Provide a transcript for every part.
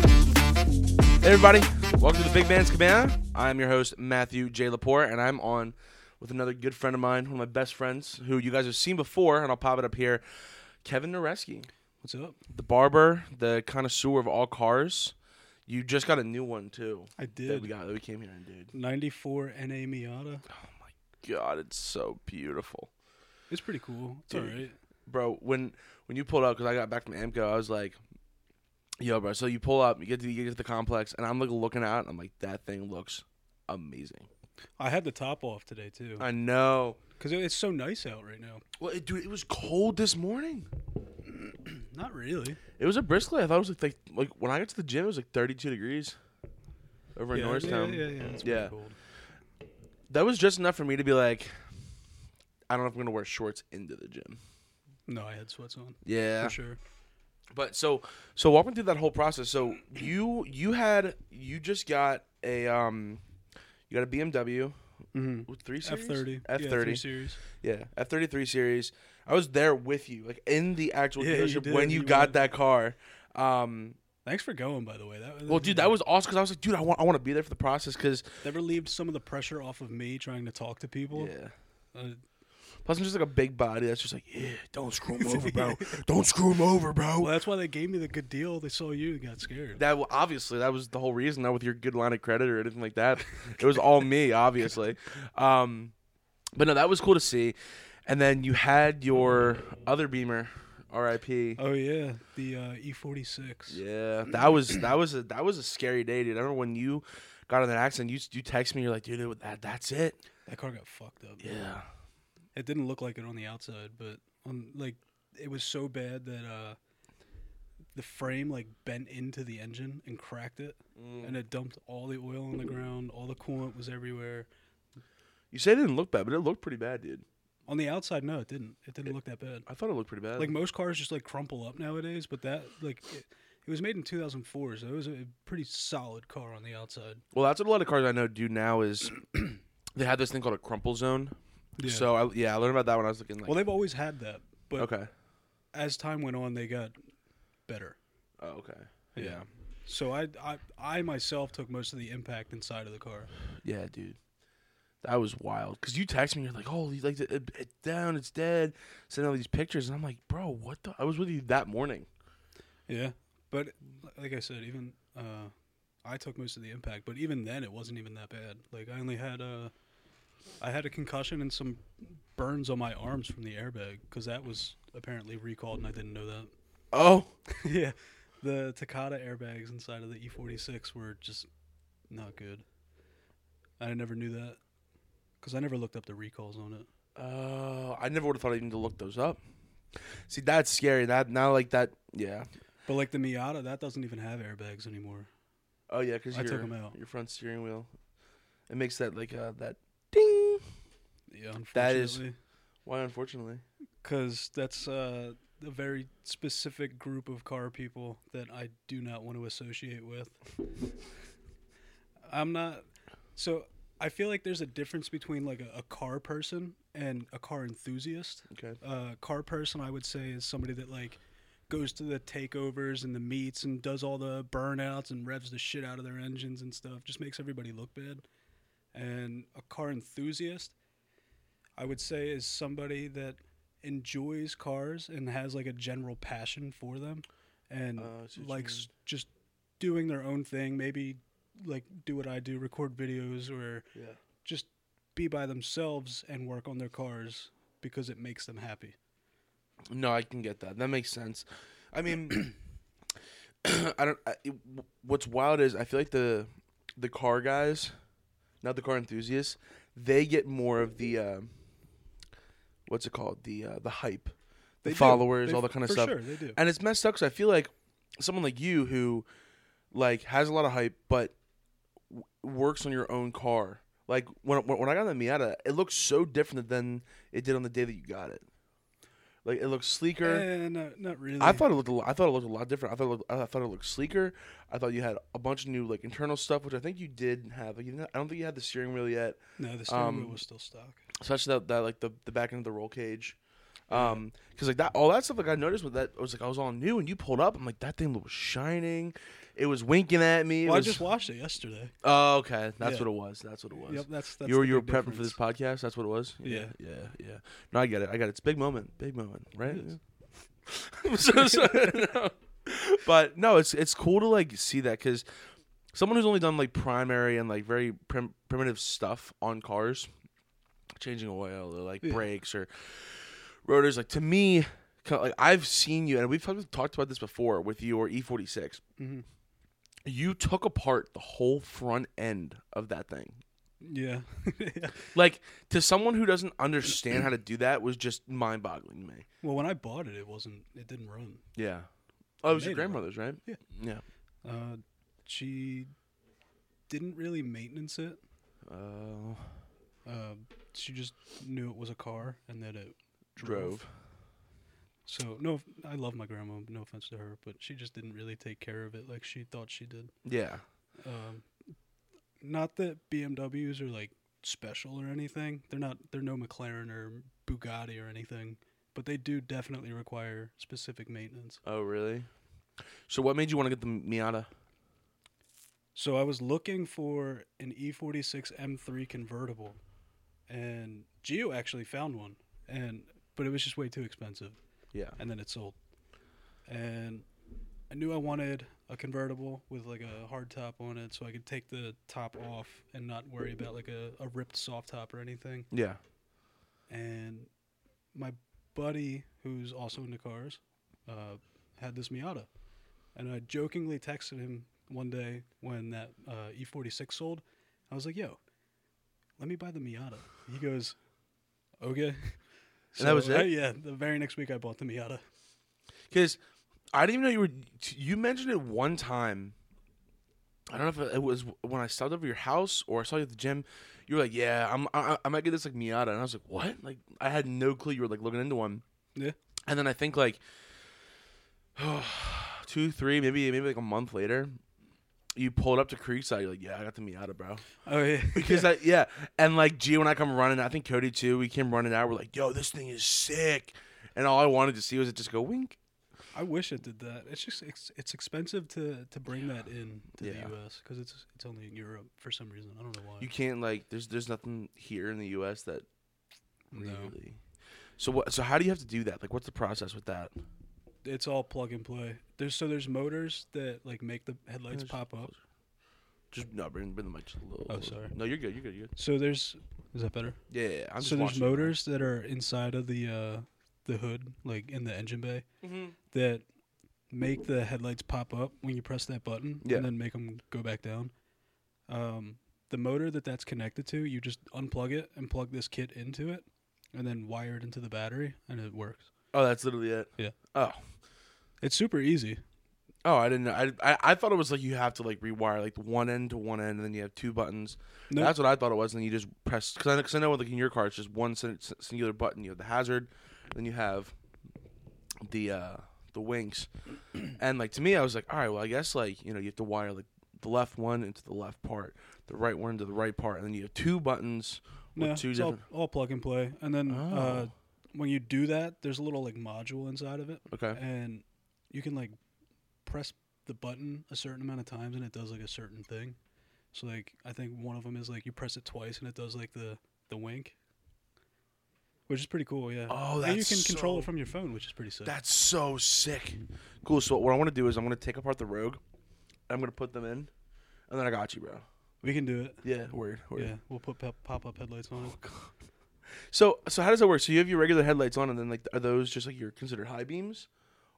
Hey everybody, welcome to the Big Man's Cabana. I'm your host Matthew J. Laporte, and I'm on with another good friend of mine, one of my best friends, who you guys have seen before, and I'll pop it up here. Kevin Noreski, What's up? the barber, the connoisseur of all cars. You just got a new one too. I That did. we got that we came here and did. 94 NA Miata. God, it's so beautiful, It's pretty cool. It's Dude. all right. bro. When when you pulled up, because I got back from Amco, I was like, "Yo, bro." So you pull up, you get to you get to the complex, and I'm like looking out, and I'm like, "That thing looks amazing." I had the top off today too I know. because it's so nice out right now. Well, it, dude, it was cold this morning. Not really. It was a brisk day. I thought it was like, like like when I got to the gym, it was like 32 degrees over in yeah, Norristown. Yeah, yeah, yeah. It's Yeah. pretty cold. That was just enough for me to be like, I don't know if I'm gonna wear shorts into the gym. No, I had sweats on Yeah, for sure. but so so walk me through that whole process. So you you had you just got a um you got a BMW Mm-hmm. with three F series thirty. F thirty series. yeah F thirty three series. I was there with you like in the actual Yeah, you dealership did. when you, You got were- that car. Um, Thanks for going, by the way. That Well, dude, that was awesome because I was like, dude, I want, I want to be there for the process because that relieved some of the pressure off of me trying to talk to people. yeah. Uh, Plus, I'm just like a big body that's just like, yeah, don't screw him over, bro. Don't screw him over, bro. well, that's why they gave me the good deal. They saw you and got scared. That wa- obviously that was the whole reason. Not with your good line of credit or anything like that. it was all me, obviously. Um, but no, that was cool to see. And then you had your other Beamer, R.I.P. oh yeah, the uh, E forty six. Yeah, that was that was a that was a scary day, dude. I remember when you got in that accident. You you text me, you're like, dude, that, that's it. That car got fucked up. Yeah. It didn't look like it on the outside, but on like it was so bad that uh the frame like bent into the engine and cracked it Mm. and it dumped all the oil on the ground, all the coolant was everywhere. You say it didn't look bad, but it looked pretty bad, dude. On the outside, no, it didn't. It didn't look that bad. I thought it looked pretty bad. Like most cars just like crumple up nowadays, but that like it, it was made in 2004, so it was a pretty solid car on the outside. Well, that's what a lot of cars I know do now is they have this thing called a crumple zone. So I, yeah, I learned about that when I was looking like well, they've always had that, but okay. as time went on, they got better. Oh, okay. Yeah. So I, I I myself took most of the impact inside of the car. Yeah, dude. That was wild. Cause you text me, you're like, "Holy, like it, it- it's down, it's dead." Send all these pictures, and I'm like, "Bro, what the?" I was with you that morning. Yeah, but like I said, even uh, I took most of the impact. But even then, it wasn't even that bad. Like I only had uh, I had a concussion and some burns on my arms from the airbag because that was apparently recalled, and I didn't know that. Oh, yeah, the Takata airbags inside of the E46 were just not good. I never knew that because I never looked up the recalls on it. uh, I never would have thought I even to look those up. See, that's scary. That now, like that, yeah. But like the Miata, that doesn't even have airbags anymore. Oh yeah, because I took your 'em out. your front steering wheel, it makes that like uh, that ding. Yeah, unfortunately. That is- Why, unfortunately. because that's uh, a very specific group of car people that I do not want to associate with. I'm not. So I feel like there's a difference between like a, a car person and a car enthusiast. Okay. A uh, car person, I would say, is somebody that like goes to the takeovers and the meets and does all the burnouts and revs the shit out of their engines and stuff. Just makes everybody look bad. And a car enthusiast, I would say, is somebody that enjoys cars and has like a general passion for them and Uh, I see what you likes just doing their own thing. Maybe like do what I do, record videos or Yeah. just be by themselves and work on their cars because it makes them happy. No, I can get that. That makes sense. I mean, I don't. I, it- what's wild is I feel like the the car guys, not the car enthusiasts, they get more of the um what's it called the uh, the hype, the They do. followers, They- all that kind of for stuff. Sure, they do. And it's messed up because I feel like someone like you who like has a lot of hype but w- works on your own car. Like when when when I got the Miata, it looked so different than it did on the day that you got it. Like it looked sleeker. Eh, no, not really. I thought it looked. A lot, I thought it looked a lot different. I thought it looked, I thought it looked sleeker. I thought you had a bunch of new like internal stuff, which I think you did have. Like, you didn't, I don't think you had the steering wheel yet, no, the steering um, wheel was still stock. especially that, that like the, the back end of the roll cage. Um, because like that, all that stuff, like I noticed with that, I was like, I was all new, and you pulled up. I'm like, that thing was shining. It was winking at me. It Well, I was- just watched it yesterday. oh, okay, that's Yeah. what it was. That's what it was. Yep, that's that's. you were the you were big prepping for difference. this podcast. That's what it was. Yeah. yeah, yeah. yeah. No, I get it. I got it. It's a big moment. Big moment, right? It is. I'm so sorry. No. But no, it's it's cool to like see that because someone who's only done like primary and like very prim- primitive stuff on cars, changing oil or like Yeah. brakes or rotors. Like to me, kinda, like I've seen you and we've probably talked about this before with your E46. Mhm. You took apart the whole front end of that thing. Mm-hmm. Yeah. yeah. Like to someone who doesn't understand how to do that was just mind boggling to me. Well, when I bought it, it wasn't. It didn't run. Yeah. Oh, it was your Made it, right? grandmother's, right? Yeah. Yeah. Uh, she didn't really maintenance it. Uh, Uh, she just knew it was a car and that it drove. drove. So no, off- I love my grandma. No offense to her, but she just didn't really take care of it like she thought she did. Yeah. Um, not that BMWs are like special or anything. They're not. They're no McLaren or Bugatti or anything. But they do definitely require specific maintenance. Oh, really? So, what made you want to get the Miata? So I was looking for an E E46 M3 convertible, and Geo actually found one, and but it was just way too expensive, Yeah. and then it sold. And I knew I wanted a convertible with like a hard top on it, so I could take the top off and not worry about like a, a ripped soft top or anything. Yeah. And my buddy, who's also into cars, uh, had this Miata, and I jokingly texted him one day when that uh, E46 sold. I was like, "Yo, let me buy the Miata." He goes, "Okay." And that was I- it? yeah, the very next week I bought the Miata. Because I didn't even know you were. You mentioned it one time. I don't know if it was when I stopped over your house or I saw you at the gym. You were like, "Yeah, I'm. I, I might get this like Miata," and I was like, "What?" Like I had no clue you were like looking into one. Yeah. And then I think like two, three, maybe maybe like a month later, you pulled up to Creekside. You're like, "Yeah, I got the Miata, bro." Oh yeah, Because I yeah, and like G and I come running. I think Cody too. We came running out. We're like, "Yo, this thing is sick." And all I wanted to see was it just go wink. I wish it did that. It's just it's, it's expensive to to bring that in to Yeah. the U.S. because it's it's only in Europe for some reason. I don't know why. You can't like there's there's nothing here in the U.S. that really. No. So what? So how do you have to do that? Like, what's the process with that? it's all plug and play. There's so there's motors that like make the headlights There's- pop up. Just no, bring bring the mic just a little. Oh, closer. sorry. No, you're good. You're good. You're good. So there's is that better? Yeah, yeah. yeah, I'm just so there's watching, bro. motors that are inside of the uh the hood, like in the engine bay, that make the headlights pop up when you press that button, Yeah. and then make them go back down. Um, the motor that that's connected to, you just unplug it and plug this kit into it, and then wire it into the battery, and it works. Oh, that's literally it. Yeah. Oh. It's super easy. Oh, I didn't know. I, I I thought it was like you have to like rewire like one end to one end, and then you have two buttons. Nope. That's what I thought it was, and then you just press because I, know- 'cause I know like in your car it's just one sin- singular button. You have the hazard, then you have the uh the winks, and like to me I was like, all right, well I guess like you know you have to wire like the left one into the left part, the right one into the right part, and then you have two buttons with No, two it's different. all, all plug and play. And then uh, Oh. when you do that, there's a little like module inside of it, Okay. and you can like press the button a certain amount of times, and it does like a certain thing. So like I think one of them is like you press it twice, and it does like the the wink, which is pretty cool. Yeah. Oh, and you that's can control so- it from your phone, which is pretty sick. That's so sick. Cool. So what I want to do is I'm gonna take apart the Rogue, I'm gonna put them in, and then I got you, bro. we can do it. Yeah. Word. Word. Yeah, we'll put pop, pop up headlights on it. So so how does that work? So you have your regular headlights on, and then like are those just like your considered high beams,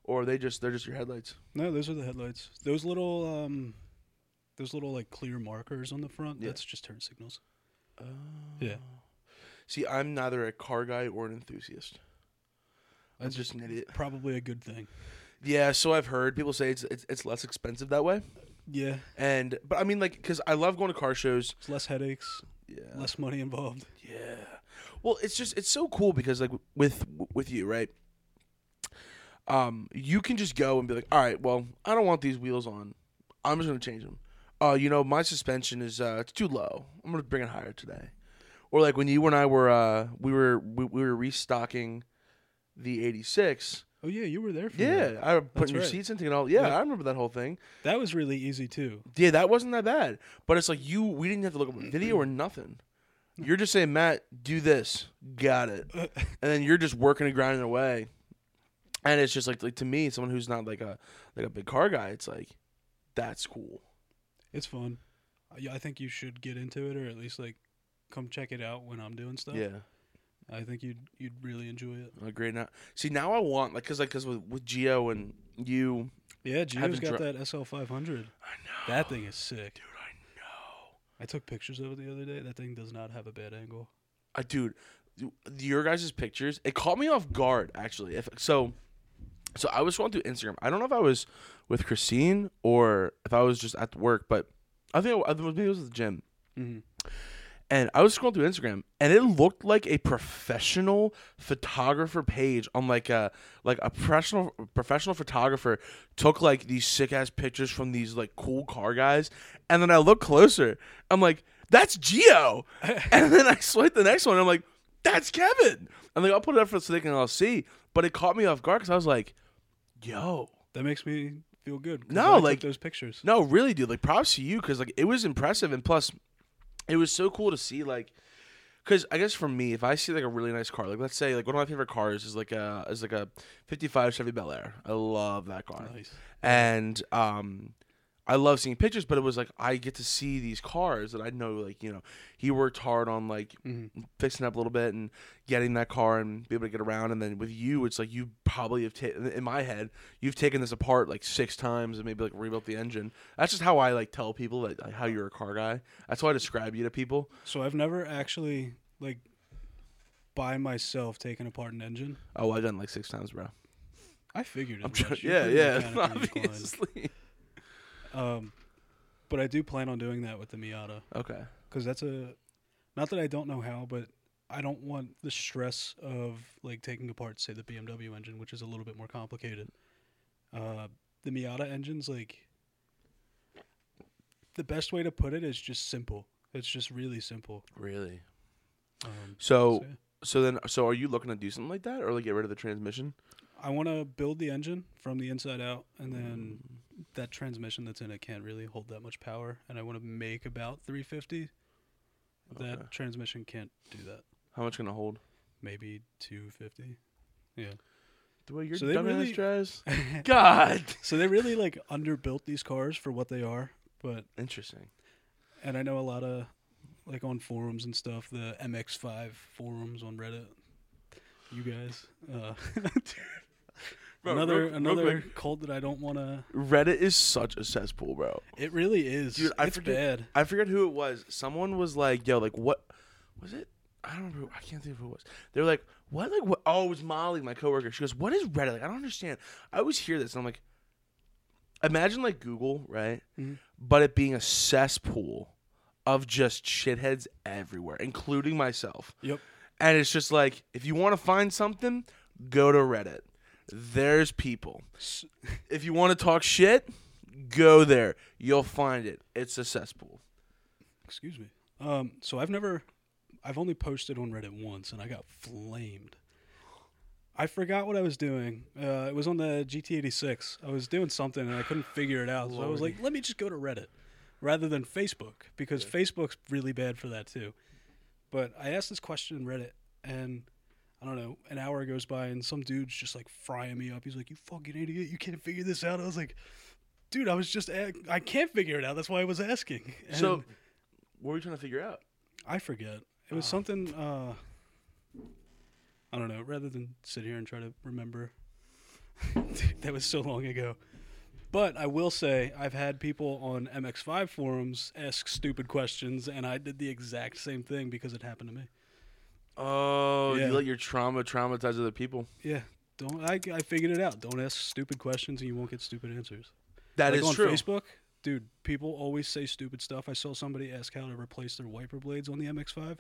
or are they just they're just your headlights? No, those are the headlights. Those little um, those little like clear markers on the front. Yeah. That's just turn signals. Oh. Yeah. See, I'm neither a car guy or an enthusiast. I'm just an idiot. probably a good thing. Yeah. So I've heard people say it's it's, it's less expensive that way, Yeah, and but I mean like because I love going to car shows. it's less headaches, Yeah. less money involved. Yeah. Well, it's just it's so cool because like with with you, right? Um, you can just go and be like, all right, well, I don't want these wheels on. I'm just gonna change them. Uh, you know, my suspension is uh, it's too low. I'm gonna bring it higher today. Or like when you and I were uh, we were we, we were restocking the '86. Oh yeah, you were there for Yeah, that. I put That's putting your right. seats into and all. Yeah, Yeah. I remember that whole thing. That was really easy too. Yeah, that wasn't that bad. But it's like you, we didn't have to look up a video or nothing. You're just saying, Matt, do this. Got it. Uh, And then you're just working and grinding away. And it's just like, like to me, someone who's not like a like a big car guy, it's like, that's cool. it's fun. I- yeah, I think you should get into it or at least like come check it out when I'm doing stuff. Yeah, I think you'd you'd really enjoy it. I agree. Now, see, now I want like, cause like, cause with with Geo and you, Yeah, Having Gio's got dri- that SL500. I know, That thing is sick. dude, I know. I took pictures of it the other day. That thing does not have a bad angle. I dude, you- your guys' pictures it caught me off guard actually. If so, so I was scrolling through Instagram. I don't know if I was with Christine or if I was just at work, but I think I, I think maybe it was at the gym. Mm-hmm. And I was scrolling through Instagram, and it looked like a professional photographer page on like a like a professional professional photographer took like these sick ass pictures from these like cool car guys. And then I look closer, I'm like, that's Geo. and then I swipe the next one, I'm like, that's Kevin. And like I'll put it up for so they can all see. But it caught me off guard because I was like, yo. That makes me feel good. 'cause No, I took like- those pictures. No, really, dude. Like, props to you because like it was impressive, and plus, it was so cool to see. Like, because I guess for me, if I see like a really nice car, like let's say like one of my favorite cars is like a is like a '55 Chevy Bel Air. I love that car, Nice. and um. I love seeing pictures, but it was like I get to see these cars that I know, like you know, he worked hard on like Mm-hmm. fixing up a little bit and getting that car and be able to get around. And then with you, it's like you probably have taken, in my head, you've taken this apart like six times and maybe like rebuilt the engine. That's just how I like tell people that like, how you're a car guy. That's how I describe you to people. So I've never actually like by myself taken apart an engine. Oh, I've done like six times, bro. I figured. I'm as trying, much. You're yeah, pretty yeah, mechanically inclined. obviously. Um, but I do plan on doing that with the Miata Okay. because that's a not that I don't know how, but I don't want the stress of like taking apart say the BMW engine, which is a little bit more complicated. Uh, the Miata engines like the best way to put it is just simple. It's just really simple. Really. Um, So, so, yeah. so then, so are you looking to do something like that, or like get rid of the transmission? I want to build the engine from the inside out, and then that transmission that's in it can't really hold that much power, and I want to make about 350. Okay. That transmission can't do that. How much gonna hold? Maybe 250. The way your So so they dumbass really- drives. God. so they really like underbuilt these cars for what they are, but Interesting. and I know a lot of like on forums and stuff, the MX5 forums on Reddit. You guys, uh, Bro, another real- real another quick. cult that I don't want to. Reddit is such a cesspool, bro. It really is. Dude, I it's forget- bad. I forget who it was. Someone was like, "Yo, like what was it? I don't remember. I can't think of who it was." They were like, "What? Like what? Oh, it was Molly, my coworker." She goes, "What is Reddit? Like I don't understand. I always hear this, and I'm like, imagine like Google, right? Mhm. But it being a cesspool of just shitheads everywhere, including myself. Yep. And it's just like, if you want to find something, go to Reddit. There's people. S- If you want to talk shit, go there. You'll find it. It's a cesspool. Excuse me. Um, so I've never, I've only posted on Reddit once, and I got flamed. I forgot what I was doing. Uh, it was on the GT86. I was doing something and I couldn't figure it out, so I was Lordy. like, let me just go to Reddit rather than Facebook because Facebook's really bad for that too. But I asked this question in Reddit, and I don't know, an hour goes by, and some dude's just like frying me up. He's like, "You fucking idiot! You can't figure this out." I was like, "Dude, I was just, a- I can't figure it out. That's why I was asking." so, And- what were you trying to figure out? I forget. It was Ah. something. Uh, I don't know. Rather than sit here and try to remember, Dude, that was so long ago. But I will say I've had people on MX5 forums ask stupid questions, and I did the exact same thing because it happened to me. Oh, Yeah. you let your trauma traumatize other people. Yeah, don't. I, I figured it out. Don't ask stupid questions, and you won't get stupid answers. That like is on true. Facebook, dude, people always say stupid stuff. I saw somebody ask how to replace their wiper blades on the MX5.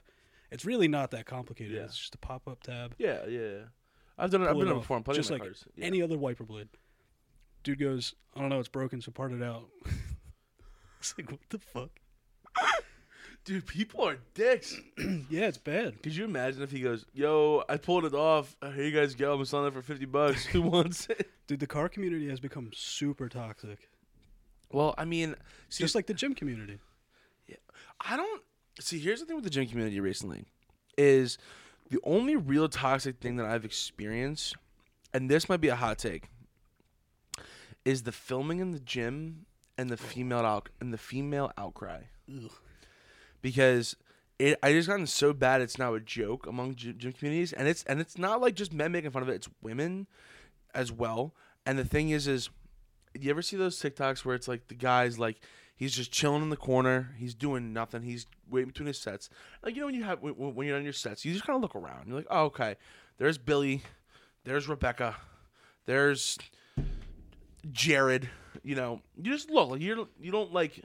It's really not that complicated. Yeah. It's just a pop-up tab. Yeah, yeah. yeah. I've done it. I've Pull it been on off, before on plenty just of my like cars. Yeah. Any other wiper blade. Dude goes, I don't know, it's broken, so part it out. it's like, what the fuck? Dude, people are dicks. yeah, it's bad. Could you imagine if he goes, "Yo, I pulled it off. Uh, Here you guys go. I'm selling it for fifty bucks. Who wants it?" Dude, the car community has become super toxic. Well, I mean, see, Just like the gym community. I don't see. Here's the thing with the gym community recently, is the only real toxic thing that I've experienced, and this might be a hot take, is the filming in the gym and the female out and the female outcry. Because it, I just gotten so bad it's now a joke among gym, gym communities, and it's and it's not like just men making fun of it; it's women as well. And the thing is, is you ever see those TikToks where it's like the guy's like he's just chilling in the corner, he's doing nothing, he's waiting between his sets. Like you know when you have when, when you're on your sets, you just kind of look around. You're like, oh okay, there's Billy, there's Rebecca, there's Jared. You know, you just look like you're you don't like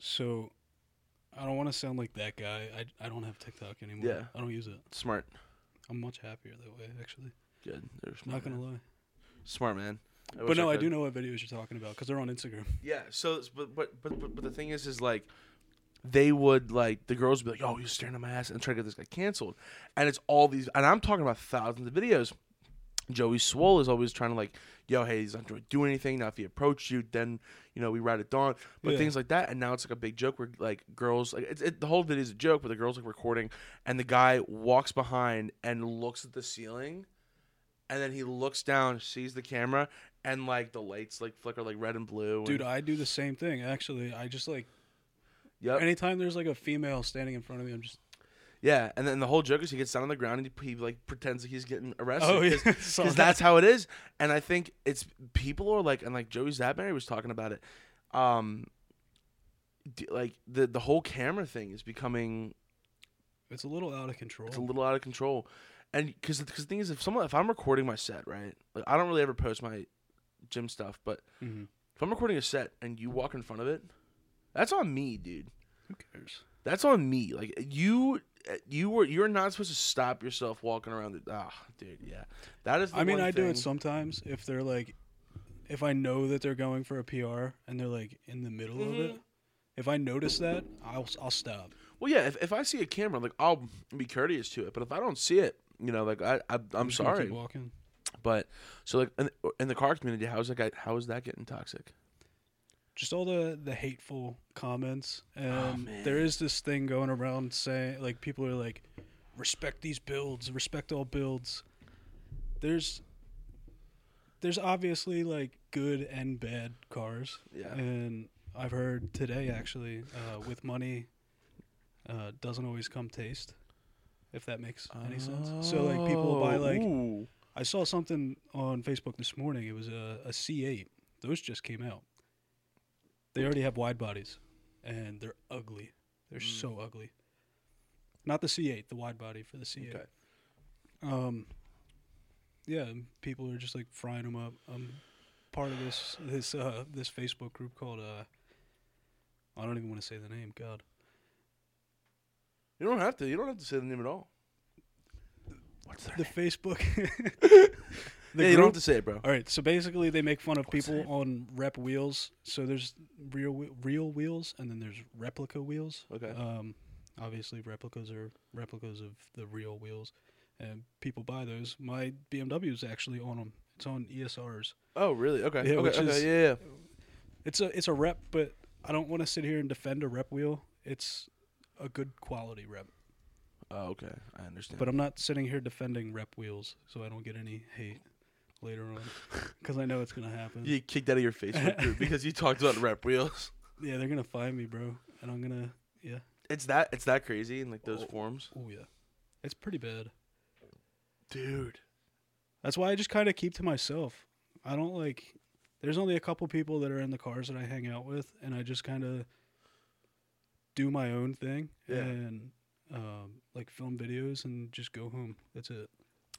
So, I don't want to sound like that guy. I, I don't have TikTok anymore. Yeah. I don't use it. smart. I'm much happier that way, actually. Good, there's Not smart, gonna man. lie. smart man. But wish no, I could. do know what videos you're talking about because they're on Instagram. Yeah. So, it's- but but but but but the thing is, is like they would like the girls would be like, "Oh, you're staring at my ass," and try to get this guy canceled. And it's all these, and I'm talking about thousands of videos. Joey Swole is always trying to like, yo, hey, he's not doing doing anything. Now if he approached you, then you know we ride at dawn, but Yeah. things like that. And now it's like a big joke where like girls, like it's it, the whole video is a joke, but the girls like recording, and the guy walks behind and looks at the ceiling, and then he looks down, sees the camera, and like the lights like flicker like red and blue. Dude, and, I do the same thing. Actually, I just like yep. anytime there's like a female standing in front of me, I'm just Yeah, and then the whole joke is he gets down on the ground and he, he like pretends that he's getting arrested. Oh, yeah. Saw because that. that's how it is. And I think it's people are like, and like Joey Zabmary was talking about it. Um, d- like the the whole camera thing is becoming it's a little out of control. it's a little out of control. And because the thing is, if someone if I'm recording my set, right, like I don't really ever post my gym stuff, but Mhm. if I'm recording a set and you walk in front of it, that's on me, dude. Who cares? That's on me. Like you, uh, you were you're not supposed to stop yourself walking around. The, ah, dude, yeah, that is. The I mean, one I do thing- it sometimes if they're like, if I know that they're going for a PR and they're like in the middle Mm-hmm. of it. If I notice that, I'll I'll stop. Well, yeah. If, if I see a camera, like I'll be courteous to it. But if I don't see it, you know, like I, I I'm just gonna keep sorry. walking. But so like in, in the car community, how's that guy, how is that getting toxic? Just all the the hateful comments, and Oh, man. there is this thing going around saying like people are like, respect these builds, respect all builds. There's there's obviously like good and bad cars. Yeah. And I've heard today actually, uh, with money, uh, doesn't always come taste, if that makes any sense. So like people buy Oh, like ooh. I saw something on Facebook this morning. It was a, a C8. Those just came out. They already have wide bodies, and they're ugly. They're so ugly. Not the C8, the wide body for the C8. Okay. Um, yeah, and people are just like frying them up. I'm part of this this uh, this Facebook group called uh, I don't even want to say the name. God, You don't have to. You don't have to say the name at all. What's their the name? Facebook. the yeah, you don't group- have to say it, bro. All right, so basically they make fun of What's people that? on rep wheels. So there's real whe- real wheels, and then there's replica wheels. Okay. Um, obviously replicas are replicas of the real wheels, and people buy those. My BMW is actually on them. It's on E ESRs. Oh, really? Okay. Yeah, okay. which okay, is- yeah, yeah. It's a it's a rep, but I don't want to sit here and defend a rep wheel. It's a good quality rep, Oh, okay. I understand. but I'm not sitting here defending rep wheels, so I don't get any hate later on, because I know it's gonna happen. you get kicked out of your Facebook group because you talked about rep wheels. yeah, they're gonna find me, bro, and I'm gonna yeah. It's that it's that crazy in like those Oh. forms. Oh yeah, it's pretty bad. Dude. That's why I just kind of keep to myself. I don't like. There's only a couple people that are in the cars that I hang out with, and I just kind of do my own thing Yeah. and um, like film videos and just go home. That's it.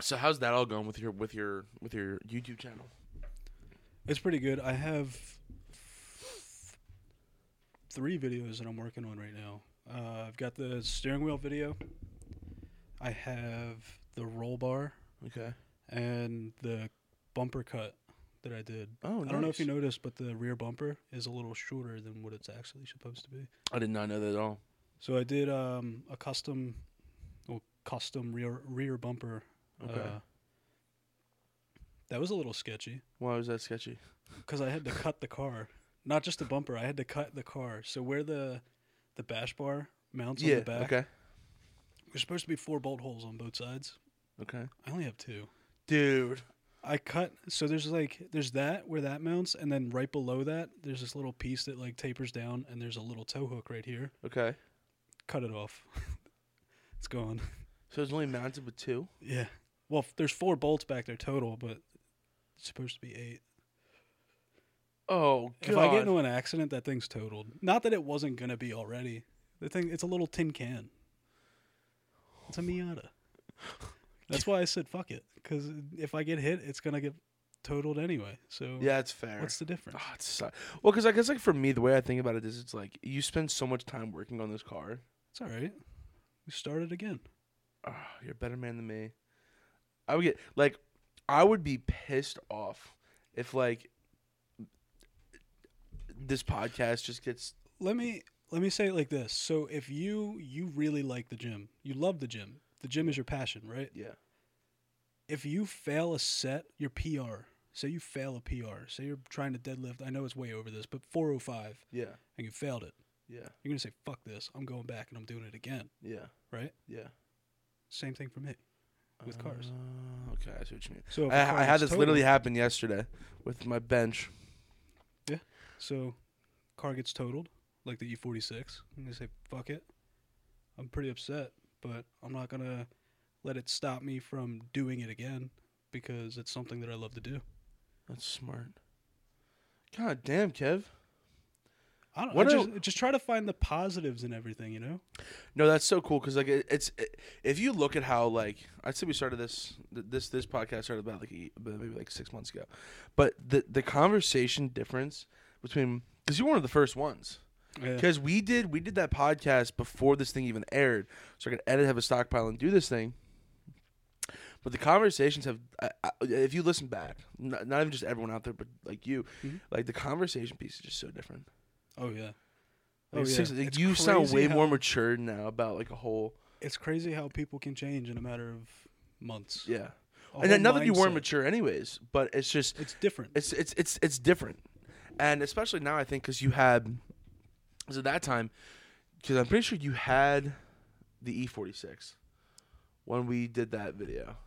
So how's that all going with your with your with your YouTube channel? It's pretty good. I have three videos that I'm working on right now. Uh, I've got the steering wheel video. I have the roll bar Okay. and the bumper cut that I did. Oh, I don't know if you noticed, but the rear bumper is a little shorter than what it's actually supposed to be. I did not know that at all. So I did um, a custom, well, custom rear rear bumper. Okay. uh, that was a little sketchy Why was that sketchy? because I had to cut the car, not just the bumper. I had to cut the car. So where the the bash bar mounts on yeah. the back, Okay. there's supposed to be four bolt holes on both sides. Okay. I only have two. Dude. I cut so there's like there's that where that mounts, and then right below that there's this little piece that like tapers down, and there's a little tow hook right here. Okay. Cut it off. it's gone. So it's only mounted with two. Yeah. Well, f- there's four bolts back there total, but it's supposed to be eight. Oh god. If I get into an accident, that thing's totaled. Not that it wasn't gonna be already. The thing, it's a little tin can. It's a Miata. That's why I said fuck it, because if I get hit, it's gonna get totaled anyway. So yeah, it's fair. what's the difference? Ah, it suck- Well, because I guess like for me, the way I think about it is, it's like you spend so much time working on this car. It's all right. We started again. Ah, you're a better man than me. I would get like, I would be pissed off if like this podcast just gets Let me let me say it like this. So if you you really like the gym, you love the gym. The gym is your passion, right? yeah If you fail a set, your PR. Say you fail a PR. Say you're trying to deadlift. I know it's way over this, but 405 yeah and you failed it. yeah You're going to say fuck this. I'm going back and I'm doing it again, yeah right? yeah Same thing for me. With cars. Uh, okay, I see what you mean. So if a car I, I had gets this totaled- literally happen yesterday with my bench. So, car gets totaled, like the E E46. I'm gonna say fuck it. I'm pretty upset, but I'm not gonna let it stop me from doing it again because it's something that I love to do. That's smart. God damn, Kev. I don't. What I a- just, just try to find the positives in everything, you know. No, that's so cool because like it, it's it, if you look at how like I'd say we started this th- this this podcast started about like a- about maybe like six months ago, but the the conversation difference between because you were one of the first ones because we did we did that podcast before this thing even aired, so I could edit, have a stockpile, and do this thing. But the conversations have, I, I, if you listen back, not, not even just everyone out there, but like you, Mhm. like the conversation piece is just so different. Oh yeah. Like, six- like, you sound way more mature now about like a whole It's crazy how people can change in a matter of months. yeah. A and then whole not that you weren't mindset. mature anyways, but it's just It's different. it's it's it's it's different, and especially now I think because you had, because at that time, because I'm pretty sure you had the E46 when we did that video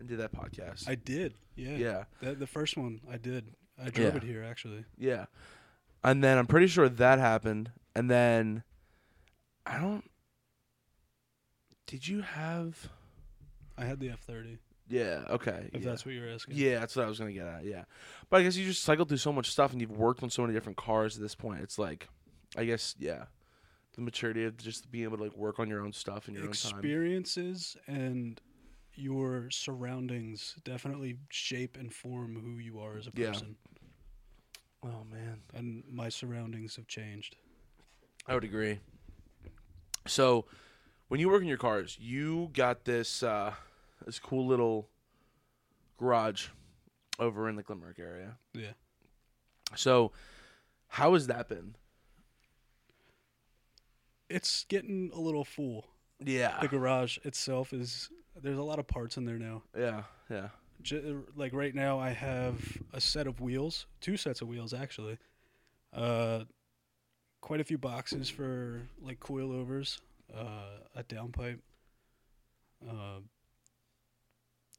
and did that podcast. I did. Yeah. yeah, The, the first one I did. I drove Yeah. it here actually. yeah, and then I'm pretty sure that happened, and then I don't. Did you have? I had the F30. Yeah. Okay. If yeah. that's what you're asking. Yeah, that's what I was gonna get at. Yeah, but I guess you just cycled through so much stuff, and you've worked on so many different cars at this point. It's like, I guess, yeah, the maturity of just being able to like work on your own stuff in your own time. experiences and your surroundings definitely shape and form who you are as a Yeah. person. Oh man, And my surroundings have changed. I would agree. So, when you work in your cars, you got this uh, this cool little garage over in the Glenmark area. Yeah. So, how has that been? It's getting a little full. Yeah, The garage itself is there's a lot of parts in there now. yeah, yeah. J- like right now I have a set of wheels, two sets of wheels actually. Uh quite a few boxes for like coilovers, uh a downpipe. Uh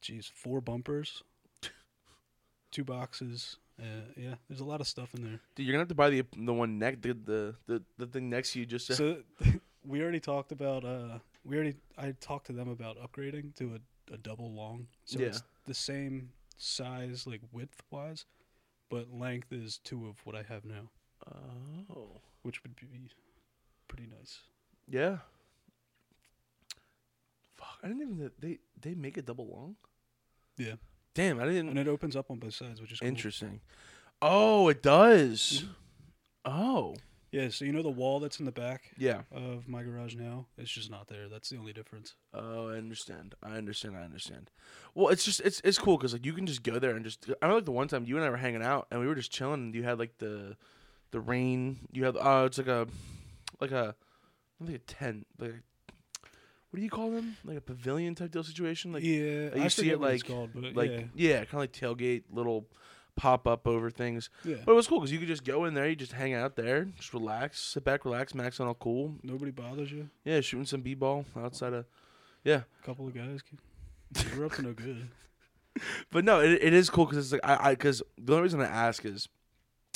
geez, four bumpers, two boxes. Uh, yeah, there's a lot of stuff in there. Dude, you're gonna have to buy the the one neck the the the, the thing next to you just to So we already talked about uh we already I talked to them about upgrading to a, a double long. So Yeah. it's the same size like width wise, but length is two of what I have now, Oh. which would be pretty nice. Yeah. Fuck, I didn't even know they they make a double long. Yeah. Damn, I And didn't. it opens up on both sides, which is cool. Interesting. Oh, it does. Mhm. Oh. Yeah, so you know the wall that's in the back Yeah. of my garage now? It's just not there. That's the only difference. Oh, I understand. I understand. I understand. Well, it's just it's it's cool because like you can just go there and just. I remember like the one time you and I were hanging out and we were just uh, chilling and you had like the, the rain. You had oh it's like a, like a, like a tent, like what do you call them? Like a pavilion type deal situation, like yeah, you I see forget it what it's like- called, but like yeah, yeah, kind of like tailgate little pop up over things. yeah. But it was cool because you could just go in there, you just hang out there, just relax, sit back, relax, max on all cool. Nobody bothers you. Yeah, shooting some b ball outside of. A couple of guys, can- you're up to no good. But no, it, it is cool because it's like I because the only reason I ask is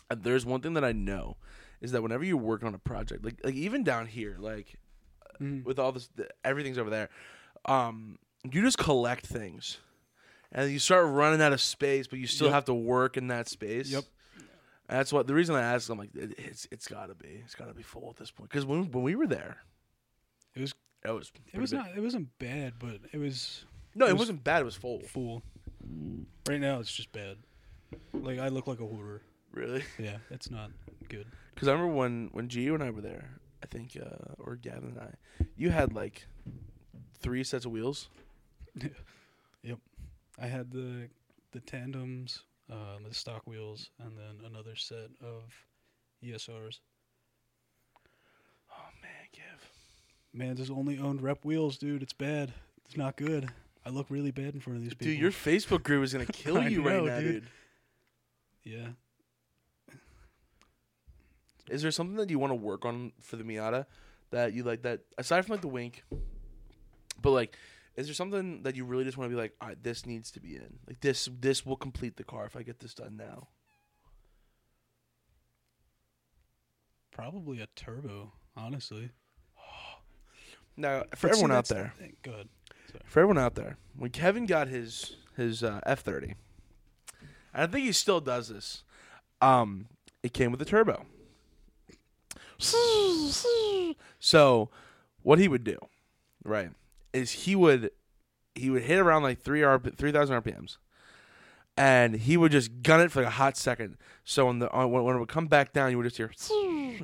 uh, there's one thing that I know is that whenever you work on a project, like like even down here, like Mm. with all this the, everything's over there um you just collect things and you start running out of space but you still Yep. have to work in that space Yep. And that's what the reason i asked i'm like it, it's it's gotta be it's gotta be full at this point because when, when we were there It was- it was It pretty was big. not. It wasn't bad, but it was no it it, was- was, not bad it was full full. Right now, it's just bad. Like I look like a hoarder. really Yeah, it's not good. because i remember when when Gio and i were there i think uh or gavin and i you had like three sets of wheels I had the the tandems, um, the stock wheels, and then another set of E ESRs. oh man give Man, this is only owned rep wheels, dude. It's bad. It's not good. I look really bad in front of these people. dude your facebook group is gonna kill I you right know, now dude. dude yeah. Is there something that you want to work on for the Miata that you like that aside from like the wink, but like, is there something that you really just want to be like, All right, this needs to be in, like this this will complete the car if I get this done now. Probably a turbo, honestly. Now for But see, everyone out that's the there, thing- Go ahead. for everyone out there, when Kevin got his his uh, F thirty, and I think he still does this, um, it came with a turbo. So, what he would do, right, is he would he would hit around like three RP, three thousand RPMs, and he would just gun it for like a hot second. So when the on, when, when it would come back down, you would just hear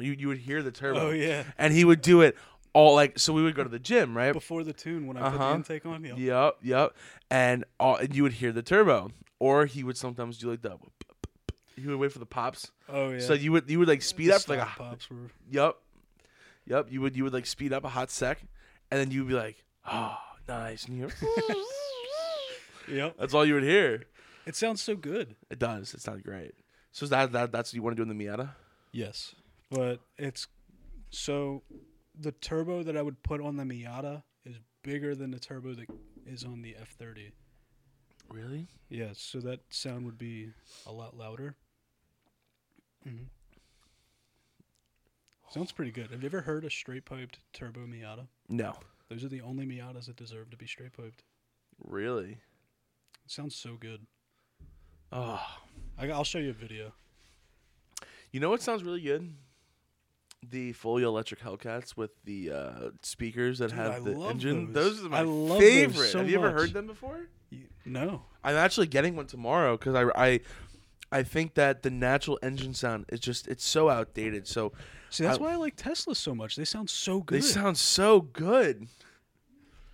you you would hear the turbo, Oh yeah. and he would do it all like so. We would go to the gym, right? Before the tune, when I put the Uh-huh. intake on, yeah. Yep, yep. And all and you would hear the turbo, or he would sometimes do like the. He would wait for the pops, Oh yeah. so you would you would like speed The up like a stock pops were yep, yep. You would you would like speed up a hot sec, and then you'd be like, oh, nice. And you hear, Yep. that's all you would hear. It sounds so good. It does. It's not great. So is that, that that's what you want to do in the Miata? Yes. But it's so the turbo that I would put on the Miata is bigger than the turbo that is on the F30. Really? Yeah, so that sound would be a lot louder. Mhm. Sounds pretty good. Have you ever heard a straight piped turbo Miata? No. Those are the only Miatas that deserve to be straight piped. Really? It sounds so good. Oh, I, I'll show you a video. you know what sounds really good? The fully electric Hellcats with the uh, speakers that Dude, have I the love engine. those. Those, are my I love those favorite. so have you ever much. heard them before? You- no. I'm actually getting one tomorrow because I, I I think that the natural engine sound is just it's so outdated. So See, that's I- why I like Teslas so much. They sound so they good. sound so good,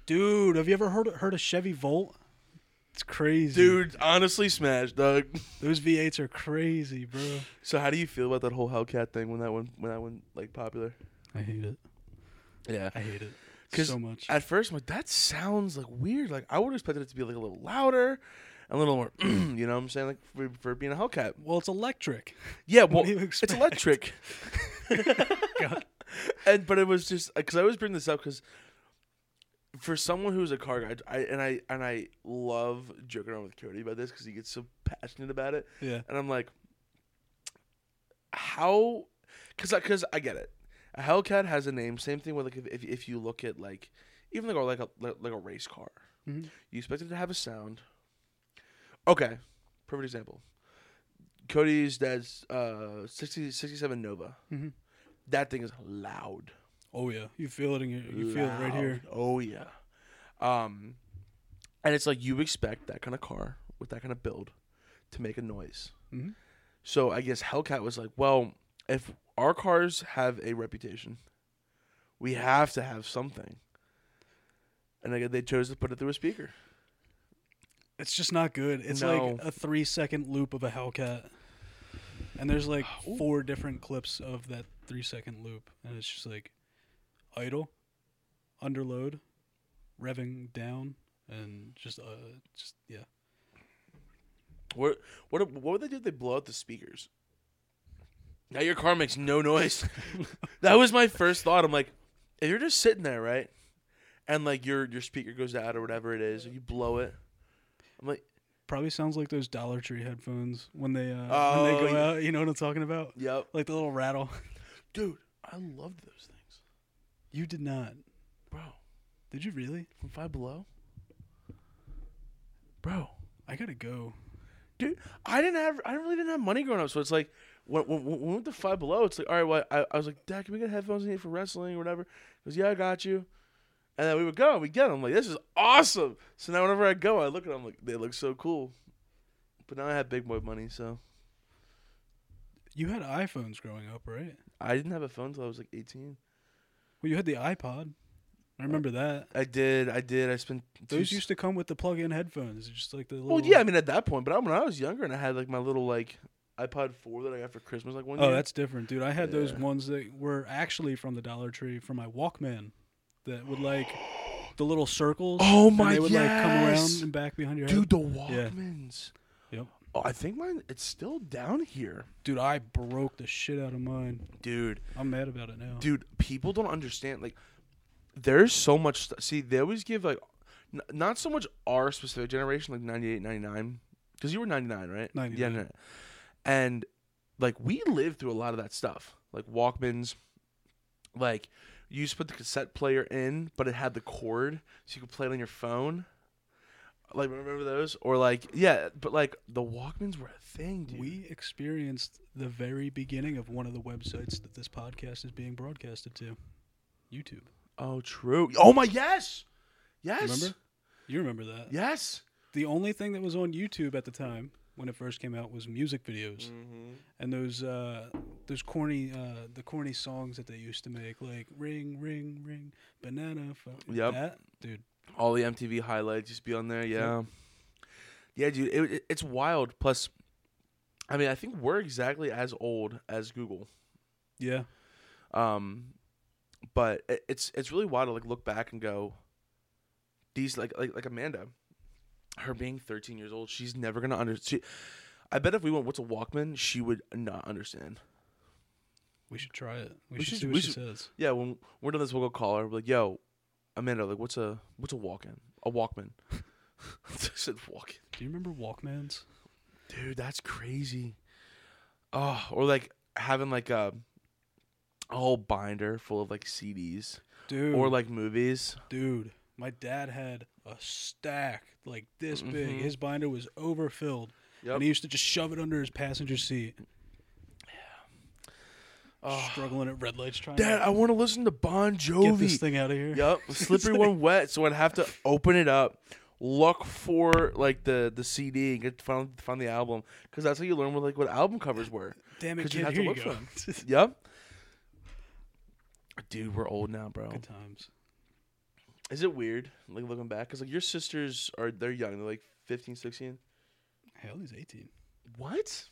Dude, have you ever heard heard a Chevy Volt? It's crazy. dude. Honestly, smash, Doug. those V8s are crazy, bro. So how do you feel about that whole Hellcat thing when that one when that one like popular? I hate it. Yeah. I hate it 'Cause so much. At first, I'm like that sounds like weird. Like I would have expected it to be like a little louder, a little more. you know what I'm saying? Like for, for being a Hellcat. well, it's electric. Yeah. Well, do you it's expect? electric. God. and but it was just because I always bring this up because for someone who's a car guy, I and I and I love joking around with Cody about this because he gets so passionate about it, Yeah. and I'm like, how? Because because I, get it, a Hellcat has a name. Same thing with like if if, if you look at like even like a, like a like a race car, Mhm. you expect it to have a sound. Okay, perfect example. Cody's dad's uh 60, 67 Nova. Mhm. That thing is loud Oh yeah, you feel it in your, you feel it right here. loud. Oh yeah. Um, and it's like you expect that kind of car with that kind of build to make a noise. Mhm. So I guess Hellcat was like, well, if our cars have a reputation, we have to have something. And I guess they chose to put it through a speaker. It's just not good. It's No. like a three second loop of a Hellcat, and there's like four different clips of that three second loop, and it's just like, idle, under load, revving down, and just uh, just yeah. What what what would they do if they blow out the speakers? Now your car makes no noise. that was my first thought. I'm like, if you're just sitting there, right, and like your your speaker goes out or whatever it is, you blow it. I'm like, Probably sounds like those Dollar Tree headphones when they uh, when Oh, they go yeah. out. You know what I'm talking about? yep, Like the little rattle. dude, I loved those things, You did not. bro. Did you really? From Five Below, bro. I gotta go. dude i didn't have i really didn't have money growing up so it's like when, when, when we went to five below it's like all right well i, I was like dad can we get headphones in here for wrestling or whatever he goes yeah i got you and then we would go and we get them I'm like this is awesome so now whenever i go i look at them like they look so cool but now i have big boy money so You had iPhones growing up, right? i didn't have a phone until i was like 18 Well, you had the iPod. I remember that. i did i did i spent two Those s- used to come with the plug-in headphones. Just like the little. well yeah i mean at that point but I, when i was younger and i had like my little like ipod 4 that i got for christmas like one Oh, year that's different, dude. I had those Yeah. ones that were actually from the Dollar Tree from my Walkman, that would like the little circles. Oh and my They would like come around yes! and back behind your head. Dude, the Yeah. Walkmans. Yep. Oh, I think mine. It's still down here, Dude, I broke the shit out of mine. dude. I'm mad about it now. Dude, people don't understand. Like, there's so much. St- See, they always give like, n- not so much our specific generation, like 98, 99, because you were 99, right? 99. Yeah. And like, we lived through a lot of that stuff, like Walkmans, like. You used to put the cassette player in, but it had the cord, so you could play it on your phone. Like, remember those? Or like, yeah, but like the Walkmans were a thing, dude. We experienced the very beginning of one of the websites that this podcast is being broadcasted to, YouTube. Oh, true. Oh my, yes, yes, Remember? You remember that? yes. The only thing that was on YouTube at the time when it first came out was music videos Mm. and those uh, those corny uh, the corny songs that they used to make, like "Ring, Ring, Ring," banana. Phone, Yep. that dude. All the MTV highlights used to be on there. Yeah, yeah, dude. It, it- it's wild. Plus, I mean, I think we're exactly as old as Google. Yeah, Um, but it, it's it's really wild to like look back and go, these like like like Amanda, her being 13 years old, she's never gonna understand. I bet if we went, what's a Walkman? She would not understand. we should try it. We, We should, should- see what we she should- says. Yeah, when we're done this, we'll go call her. We're like, yo, Amanda, like, what's a what's a walk-in? A Walkman. I said walk-in. Do you remember Walkmans? Dude, that's crazy. Oh, or like having like a a whole binder full of like CDs Dude, or like movies. dude, my dad had a stack like this big. Mhm. His binder was overfilled, Yep. and he used to just shove it under his passenger seat, Oh, struggling at red lights trying Dad, I want to listen to Bon to get this Jovi. thing out of here. Yep, slippery when wet. So I'd have to open it up, look for like the the CD and get find find the album because that's how you learn what like what album covers were. Damn it, 'Cause you kid, have to here look you go. Yep. Dude, we're old now, bro. Good times. Is it weird, like looking back? Cause like your sisters are they're young, they're like 15, 16. Hell, he's 18. What?